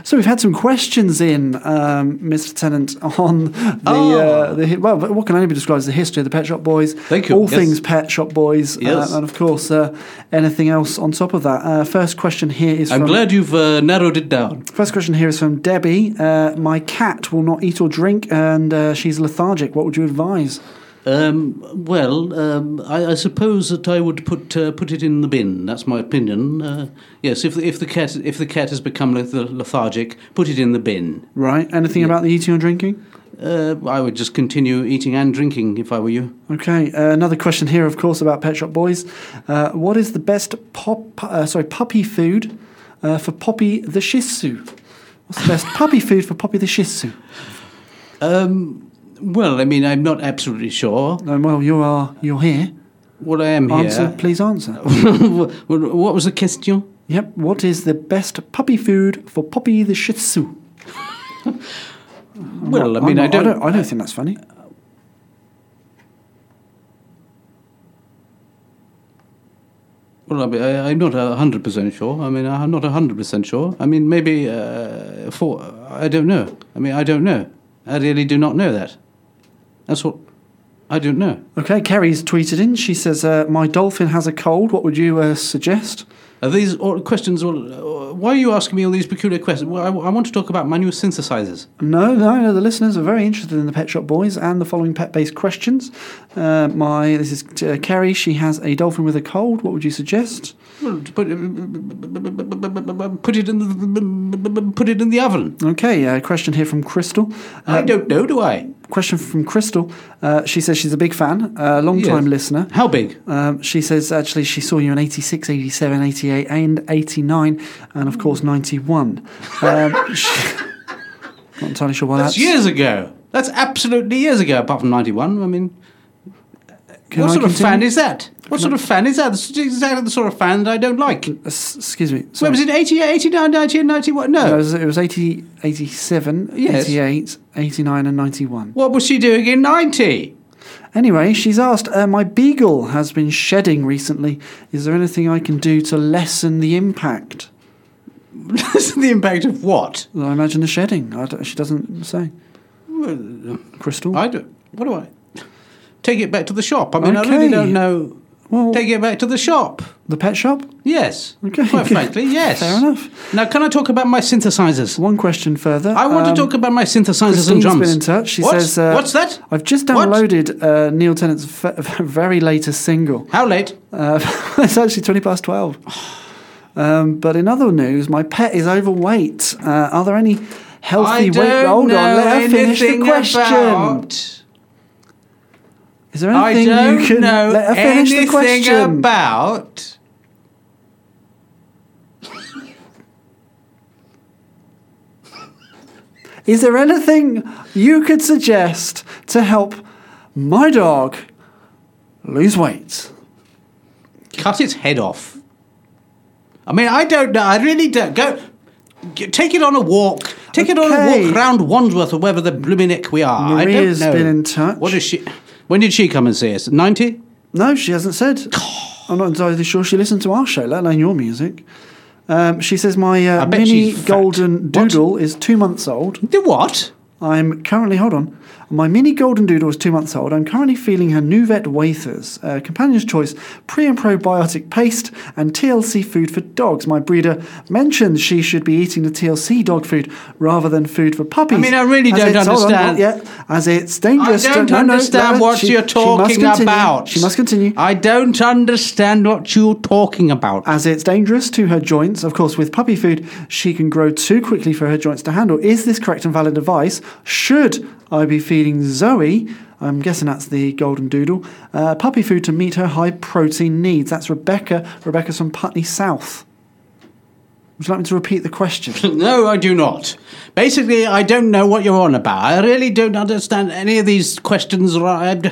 So we've had some questions in, um, Mr. Tennant, on the, uh,
Oh.
the hi- well, what can only be described as the history of the Pet Shop Boys.
Thank you,
All
yes.
things Pet Shop Boys, uh,
Yes.
and of course uh, anything else on top of that. Uh, first question here is
I'm
from
glad you've uh, narrowed it down.
first question here is from Debbie. Uh, my cat will not eat or drink, and uh, she's lethargic. What would you advise?
Um, well, um, I, I suppose that I would put uh, put it in the bin. That's my opinion. Uh, yes, if the, if the cat if the cat has become leth- lethargic, put it in the bin.
Right? Anything about the eating or drinking?
Uh, I would just continue eating and drinking if I were you.
Okay, uh, another question here, of course, about Pet Shop Boys. Uh, what is the best pop, uh, sorry, puppy food uh, for Poppy the Shih Tzu? What's
[laughs]
the best puppy food for Poppy the Shih Tzu?
Well, I mean, I'm not absolutely sure.
Um, well, you are you're here.
What I am
Answer,
here.
please
[laughs]
answer.
Well, what was the question?
yep. What is the best puppy food for Poppy the Shih Tzu?
Well, I mean, I
I'm not- I
don't.
don't. I don't think that's funny.
Well, I mean, I, I'm not hundred percent sure. I mean, I'm not hundred percent sure. I mean, maybe uh, for I don't know. I mean, I don't know. I really do not know that. That's what I don't know.
Okay, Kerry's tweeted in. She says, uh, "My dolphin has a cold. What would you uh, suggest?"
Are these all questions? All, why are you asking me all these peculiar questions? Well, I, I want to talk about manual synthesizers.
No, no, no. The listeners are very interested in the Pet Shop Boys and the following pet-based questions. Uh, my, this is uh, Kerry. She has a dolphin with a cold. What would you suggest?
Well, to put, put it in the put it in the oven.
Okay, uh, question here from Crystal.
I
Uh,
don't know, do I?
question from Crystal. Uh, she says she's a big fan, a long-time
Yes.
listener.
How big?
Um, she says actually she saw you in 86, 87, 88, and 89, and
Hmm.
of
[laughs]
course 91. Um, she- [laughs] not entirely sure why that's.
That's years ago. That's absolutely years ago. Apart from '91, I mean.
Can
what
I
sort of
continue?
fan is that? What sort of fan is that? It's exactly the sort of fan that I don't like.
Uh, s- excuse me.
Where
sorry.
was it? 88, 89, 90, and 91?
No, it
No.
was, it was 80, 87,
Oh. Yes.
88, 89, and 91.
What was she doing in 90?
Anyway, she's asked, uh, My beagle has been shedding recently. Is there anything I can do to lessen the impact?
[laughs] That's the impact of what?
Well, I imagine the shedding. I don't- she doesn't say. Crystal?
I do. What do I? Take it back to the shop. I mean, I
Okay.
really don't know.
Well,
Take it back to the shop.
the pet shop?
Yes.
Okay.
Quite frankly,
[laughs]
yes.
Fair enough.
Now, can I talk about my synthesizers?
One question further.
I want
Um,
to talk about my synthesizers and
Christine's
drums.
been in touch. She
What?
says, uh,
"What's that?
I've just
What?
downloaded uh, Neil Tennant's f- [laughs] very latest single.
How late?
Uh, [laughs] it's actually 20 past 12. Um, but in other news, my pet is overweight. Uh, are there any healthy
I
weight?
don't
Hold
know
on, let her finish the
anything
question.
About,
Is there
I
anything
don't
you can
know
let her finish the
anything
question?
about.
Is there anything you could suggest to help my dog lose weight?
Cut its head off. I mean, I don't know. I really don't. Go, g- take it on a walk. Take it on a
Okay.
walk round Wandsworth or wherever the blooming ick we are.
Maria's
I don't know.
been in touch.
What is she? When did she come and see us? Ninety?
No, she hasn't said. I'm not entirely sure she listened to our show, let alone your music. Um, she says my
I
uh,
bet
mini
she's fat.
golden
What?
doodle is two months old.
The what?
I'm currently, hold on. My mini golden doodle is two months old. I'm currently feeling her Nuvet Wafers, uh, Companion's Choice pre and probiotic paste, and TLC food for dogs. My breeder mentioned she should be eating the TLC dog food rather than food for puppies.
I mean, I really
as
don't
it's- hold on, not
understand.
yet, as it's dangerous.
I
to-
don't
no, no,
understand
no,
what
she-
you're
she must
talking
continue.
about.
She must continue.
I don't understand what you're talking about.
as it's dangerous to her joints. Of course, with puppy food, she can grow too quickly for her joints to handle. Is this correct and valid advice? Should I be feeding Zoe? I'm guessing that's the golden doodle. Uh, puppy food to meet her high protein needs. That's Rebecca. Rebecca's from Putney South. Would you like me to repeat
[laughs]
the question?
no, I do not. Basically, I don't know what you're on about. I really don't understand any of these questions. or I- I'd-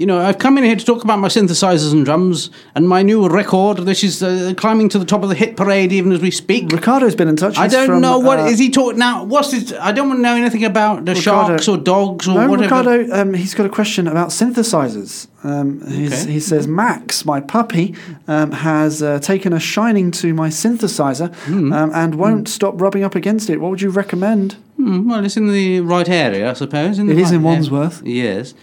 You know, I've come in here to talk about my synthesizers and drums and my new record. This is uh, climbing to the top of the hit parade even as we speak.
Ricardo's been in touch.
I
He's
don't
from,
know what is
uh,
he talking now. What's his, I don't want to know anything about the
Ricardo-
sharks or dogs or
No,
whatever.
Ricardo, um, he's got a question about synthesizers. Um, he's,
Okay. Mm-hmm.
He says, Max, my puppy, um, has uh, taken a shining to my synthesizer um, and won't stop rubbing up against it. What would you recommend?
Hmm, well, it's in the right area, I suppose.
It
the right
is in
area.
Wandsworth.
Yes.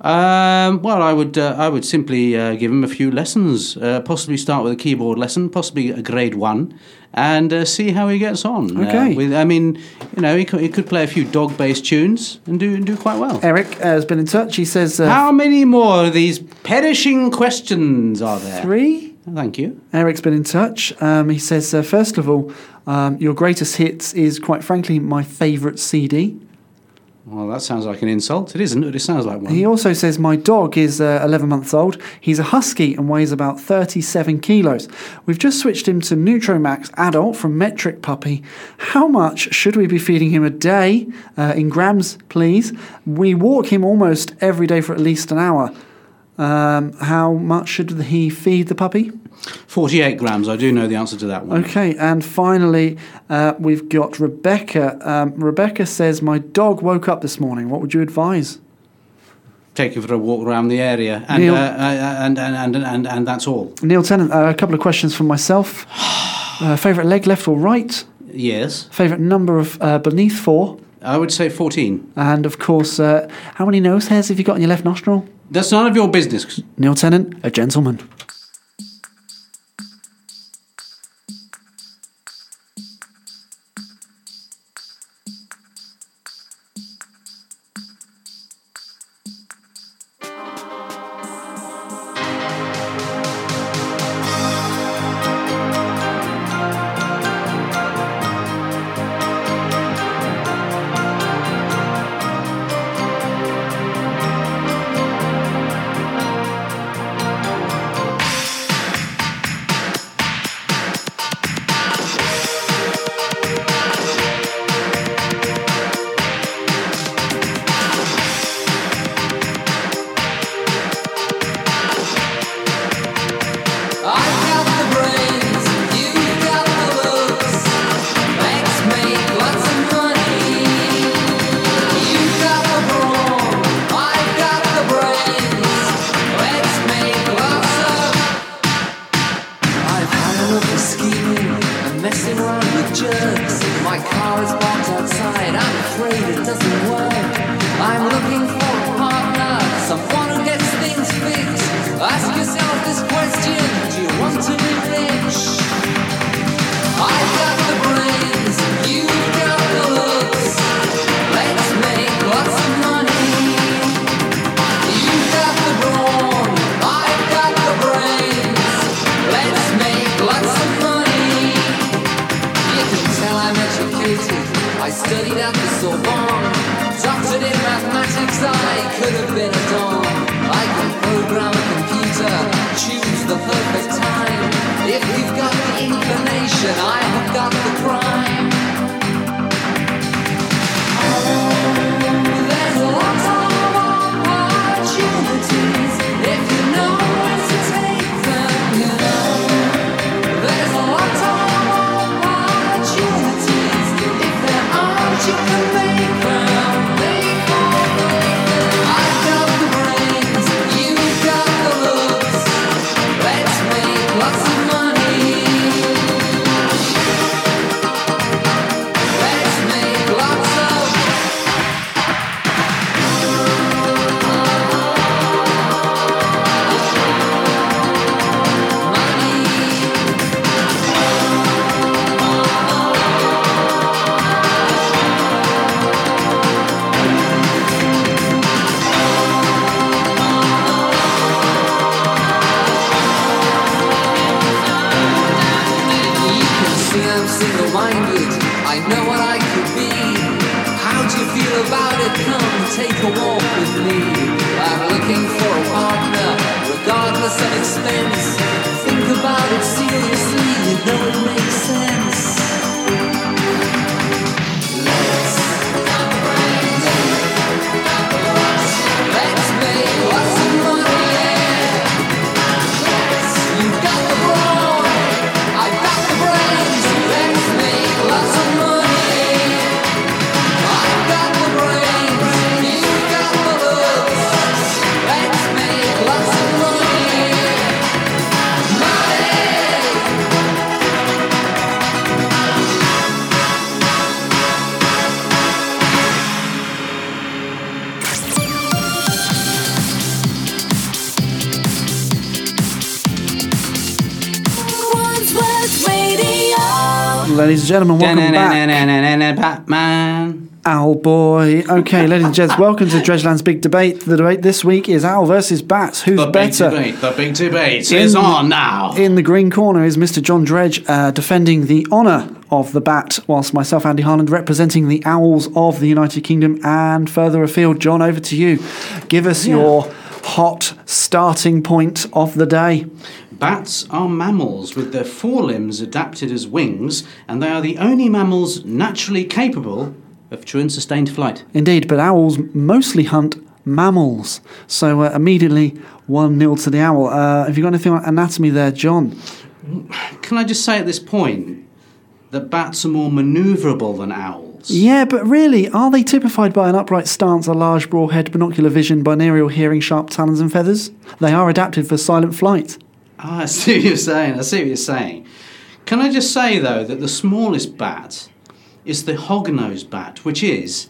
Um, well, I would uh, I would simply uh, give him a few lessons. Uh, possibly start with a keyboard lesson, possibly a grade one, and uh, see how he gets on. Uh,
Okay.
with, I mean, you know, he could, he could play a few dog based tunes and do and do quite well.
Eric uh, has been in touch. He says, uh,
how many more of these perishing questions are there?
three?
Thank you.
Eric's been in touch. Um, he says, uh, first of all, um, your greatest hits is quite frankly my favourite CD.
Well, that sounds like an insult. It isn't. It sounds like one.
He also says, My dog is uh, 11 months old. He's a husky and weighs about 37 kilos. We've just switched him to Nutromax adult from Metric Puppy. How much should we be feeding him a day? Uh, in grams, please. We walk him almost every day for at least an hour. Um, how much should he feed the puppy?
Forty-eight grams. I do know the answer to that one.
Okay, and finally, uh, we've got Rebecca. Um, Rebecca says, My dog woke up this morning. What would you advise?
take you for a walk around the area, and
Neil.
uh, uh, and, and, and and and that's all.
Neil Tennant, uh, a couple of questions from myself. Uh, favorite leg, left or right?
Yes,
Favorite number of uh, beneath four?
I would say fourteen.
And of course, uh, how many nose hairs have you got in your left nostril?
That's none of your business.
Neil Tennant, a gentleman.
I've had enough of scheming and messing around with jerks. My car is parked outside, I'm afraid it doesn't work. I'm looking for a partner, someone who gets things fixed. Ask yourself this question Do you want to be rich? I've got the brains, you've got the looks. Let's make lots of money. You've got the brawn, I've got the brains. Let's make lots of money. You can tell I'm educated. I studied at the Sorbonne, doctored in mathematics. I could have been a don. I can program a computer, choose the perfect time. If you've got the inclination, I have got the crime. Oh, there's lots of opportunities if you know where to take them. You know, there's lots of opportunities if there aren't, you can make them. Make them, make them. I've got the brains, you've got the looks. Let's make lots of money. Let's make lots of. You can see I'm single-minded. I know what I could be. How do you feel about it? Come take a walk with me. I'm looking for a partner, regardless of expense. Think about it seriously. You know it makes sense. Let's Let's make lots of money. You got the brawn. I've got the brains, let's make lots of money. I've got the brains, you've got the looks. Let's make lots of money. Money.
Wandsworth Radio.
Ladies and gentlemen, welcome back.
Batman.
Owl boy. Okay, ladies and gents, welcome to Dredgeland's big debate. The debate this week is owl versus bats. Who's
The big
better?
debate. The big debate
In-
is on now.
In the green corner is Mr. John Dredge uh, defending the honour of the bat, whilst myself, Andy Harland, representing the owls of the United Kingdom and further afield. John, over to you. Give us your hot starting point of the day.
Bats are mammals with their forelimbs adapted as wings, and they are the only mammals naturally capable of true and sustained flight.
Indeed, but owls mostly hunt mammals. So uh, immediately 1 0 to the owl. Uh, have you got anything on anatomy there, John?
Can I just say at this point that bats are more manoeuvrable than owls?
Yeah, but really, are they typified by an upright stance, a large broad head, binocular vision, binaural hearing, sharp talons and feathers? They are adapted for silent flight.
Ah, I see what you're saying. I see what you're saying. Can I just say though that the smallest bat is the hognose bat, which is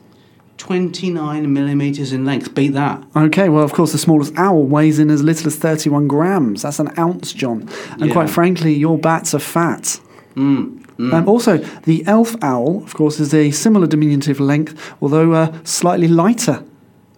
29 millimeters in length. Beat that. [laughs]
Okay, well, of course, the smallest owl weighs in as little as 31 grams. That's an ounce, John. And
Yeah.
quite frankly, your bats are fat. Um, also, the elf owl, of course, is a similar diminutive length, although uh, slightly lighter.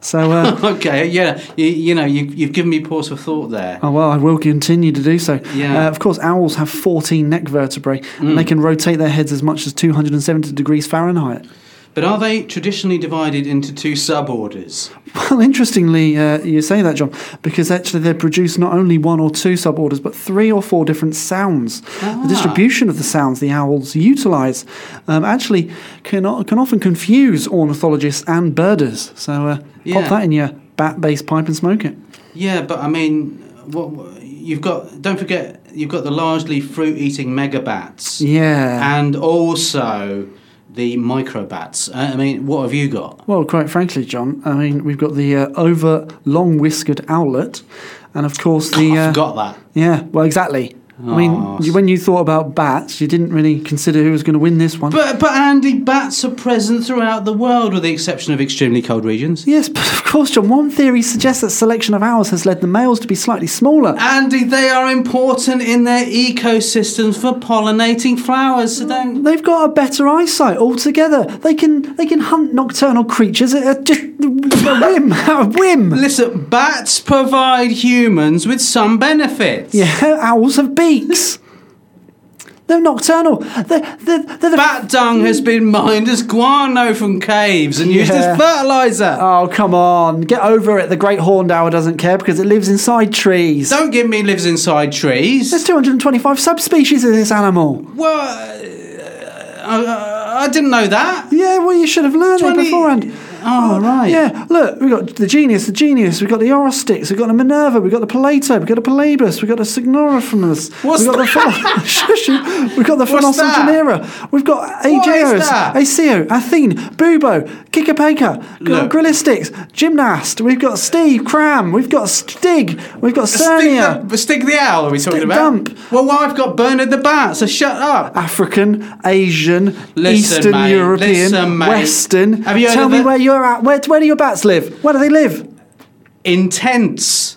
So, uh,
Okay, yeah, you, you know, you, you've given me pause for thought there.
Oh well, I will continue to do so.
Yeah. Mm.
Uh, of course, owls have 14 neck vertebrae, and they can rotate their heads as much as 270 degrees Fahrenheit. [laughs]
But are they traditionally divided into two suborders?
Well, interestingly, uh, you say that, John, because actually they produce not only one or two suborders, but three or four different sounds.
Ah.
The distribution of the sounds the owls utilise um, actually can, o- can often confuse ornithologists and birders. So uh,
Yeah.
pop that in your bat-based pipe and smoke it.
Yeah, but I mean, what, what- you've got? Don't forget, you've got the largely fruit-eating megabats,
Yeah.
and also the microbats. Uh, I mean, what have you got?
Well, quite frankly, John, I mean, we've got the uh, over long whiskered owlet, and of course, the.
Oh, I
Uh,
forgot Oh, that.
yeah, well, exactly. I mean, you, when you thought about bats, you didn't really consider who was going to win this one.
But, but Andy, bats are present throughout the world with the exception of extremely cold regions.
yes, but of course, John, one theory suggests that selection of owls has led the males to be slightly smaller.
Andy, they are important in their ecosystems for pollinating flowers, so don't.
They've got a better eyesight altogether. They can they can hunt nocturnal creatures at, at just a whim, [laughs] at a whim.
Listen, bats provide humans with some benefits.
Yeah, owls have beaks. They're nocturnal. They're, they're, they're the
Bat dung has been mined as guano from caves and used
Yeah.
as fertilizer.
Oh, come on. Get over it. The great horned owl doesn't care because it lives inside trees.
Don't give me lives inside trees.
There's 225 subspecies of this animal.
Well, uh, I, I didn't know that.
Yeah, well, you should have learned it
20
beforehand.
Oh, right.
Yeah, look, we've got the genius, the genius, we've got the Orostix, we've got the Minerva, we've got the Palato, we've got the Palabus, we've got the Signorophimus,
What's
we've got the Phil- [laughs] Shush you. we've got the
What's that?
Philosophanera, we've got
What is
Aegeus,
that?
Aceo, Athene, Bubo, Kikapeka, we've got
Look.
Grillistix, Gymnast, we've got Steve, Cram, we've got Stig, we've got Cernia.
Stig the, Stig the owl, are we talking
Stig
about?
Dump.
Well, well, I've got Bernard the bat, so shut up.
African, Asian,
Listen,
Eastern
mate.
European,
Listen, mate.
Western.
Have you heard
Tell
of
me
the-
where you're at. Where, where do your bats live? Where do they live?
Intense.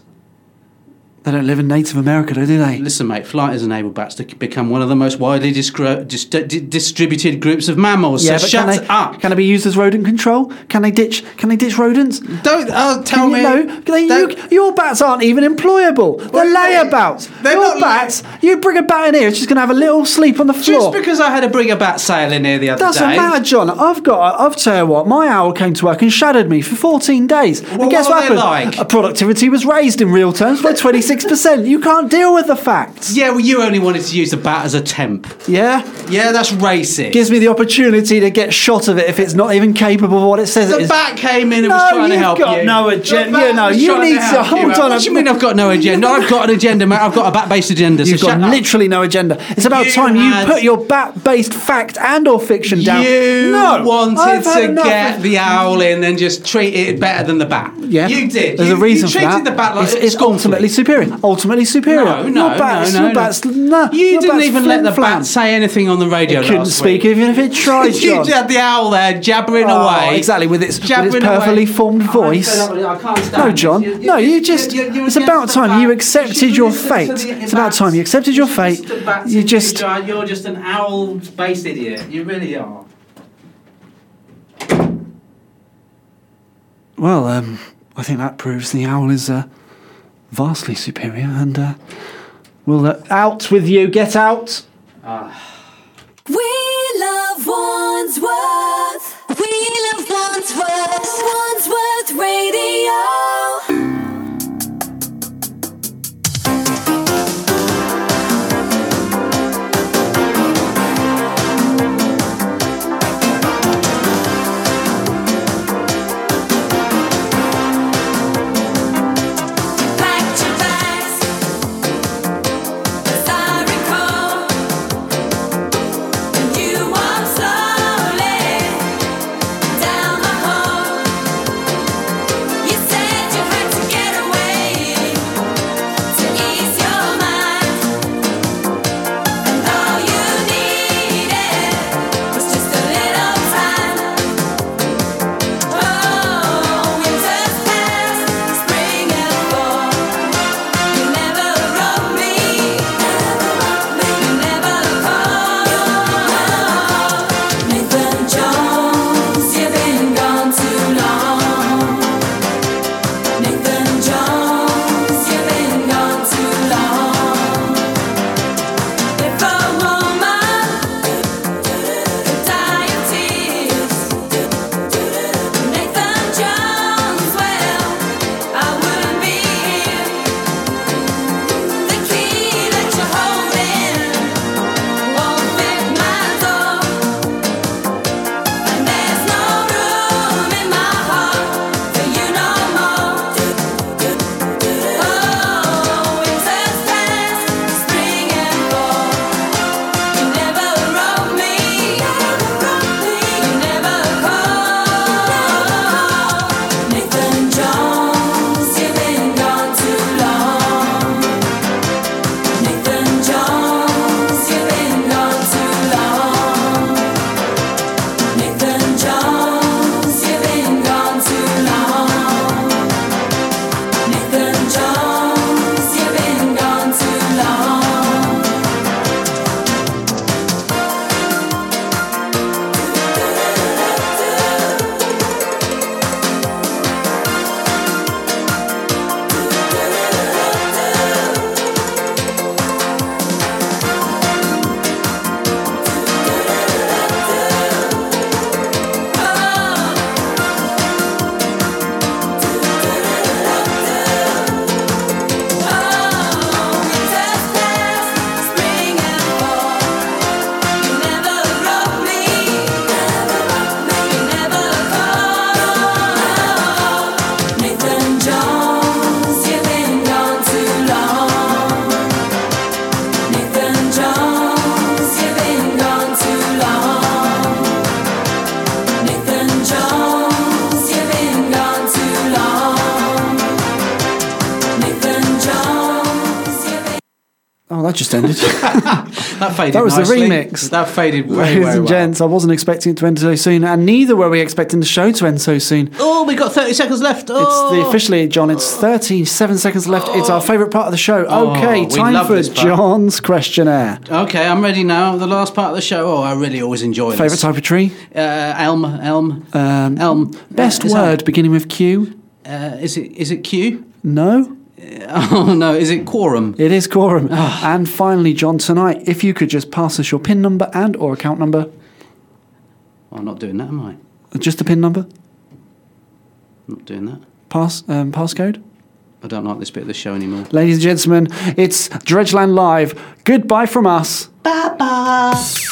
They don't live in Native America, do they?
Listen, mate, flight has enabled bats to become one of the most widely discro- dis- di- distributed groups of mammals, so
can
shut
they,
up.
Can they be used as rodent control? Can they ditch? Can they ditch rodents?
Don't uh, tell
Can you,
me.
no, they,
Don't-
you, your bats aren't even employable. They're
Well, they-
layabouts.
they're
your
not
bats. You bring a bat in here, it's just going to have a little sleep on the
just
floor.
because I had a bring a bat sale in here the other
Doesn't
day.
matter, John. I've got. I've tell you what. My owl came to work and shadowed me for 14 days.
Well,
and guess
what
what,
are they
happened?
like?
Uh, productivity was raised in real terms by 26. percent You can't deal with the facts.
Yeah, well, you only wanted to use the bat as a temp.
Yeah.
Yeah, that's racist.
Gives me the opportunity to get shot of it if it's not even capable of what it says it
the
is.
bat came in and
No,
was trying to
you've
help
got
you.
no
The
agen-
bat
you know,
was
you
trying
need
help
to- hold
you out.
on,
What
I've-
do you mean I've got
[laughs]
no agenda? I've got an agenda, mate. I've got a bat-based agenda.
You've
so
got
shut up.
literally no agenda. It's about
You
time you
had-
put your bat-based fact and or fiction down.
You
no,
wanted
I've had
to
enough
get
of-
the owl in and just treat it better than the bat.
Yeah,
you did.
There's
you,
a reason
you
for
treated
that.
the bat like
it's, it's ultimately superior. Ultimately superior.
No, no,
your bats,
no, no,
your
no.
bats, no.
You
your
didn't
bats
even let the
flim-flam.
bat say anything on the radio.
It couldn't
last
speak
Week.
even
[laughs]
if it tried,
you
John.
had the owl there jabbering
Oh,
away.
exactly with its, with its
Jabbering
perfectly
away. Oh,
formed voice. No, John. no, you just. it's about time you accepted your fate. it's about time you accepted your fate. You just.
You're just an owl-based idiot. You really are.
Well, um, I think that proves the owl is uh, vastly superior and. Uh, well, uh, out with you. Get out.
We love Wandsworth. We love Wandsworth. Wandsworth Radio. Back to bags, as I Oh, recall. You walk slowly. Oh,
Oh, that just ended.
That faded.
That was the
nicely.
remix.
That faded way,
[laughs] Ladies
way
and
well.
gents, I wasn't expecting it to end so soon, and neither were we expecting the show to end so soon.
Oh, we got thirty seconds left. Oh.
It's the officially, John. It's 37 seconds left. It's our favourite part of the show.
Oh,
okay,
we
time
love
for
this part.
John's questionnaire.
Okay, I'm ready now. The last part of the show. Oh, I really always enjoy this.
Favourite type of tree?
Uh, elm, elm,
Um,
elm.
best
Uh, is
word beginning with Q?
that- uh, is it? Is it Q? [laughs]
No.
Oh no, is it quorum?
It is quorum.
Ah.
and finally, John, tonight, if you could just pass us your PIN number and or account number.
Oh, I'm not doing that, am I?
Just the PIN number?
not doing that.
Pass um, Passcode?
I don't like this bit of the show anymore.
Ladies and gentlemen, it's Dredgeland Live. Goodbye from us.
Bye bye.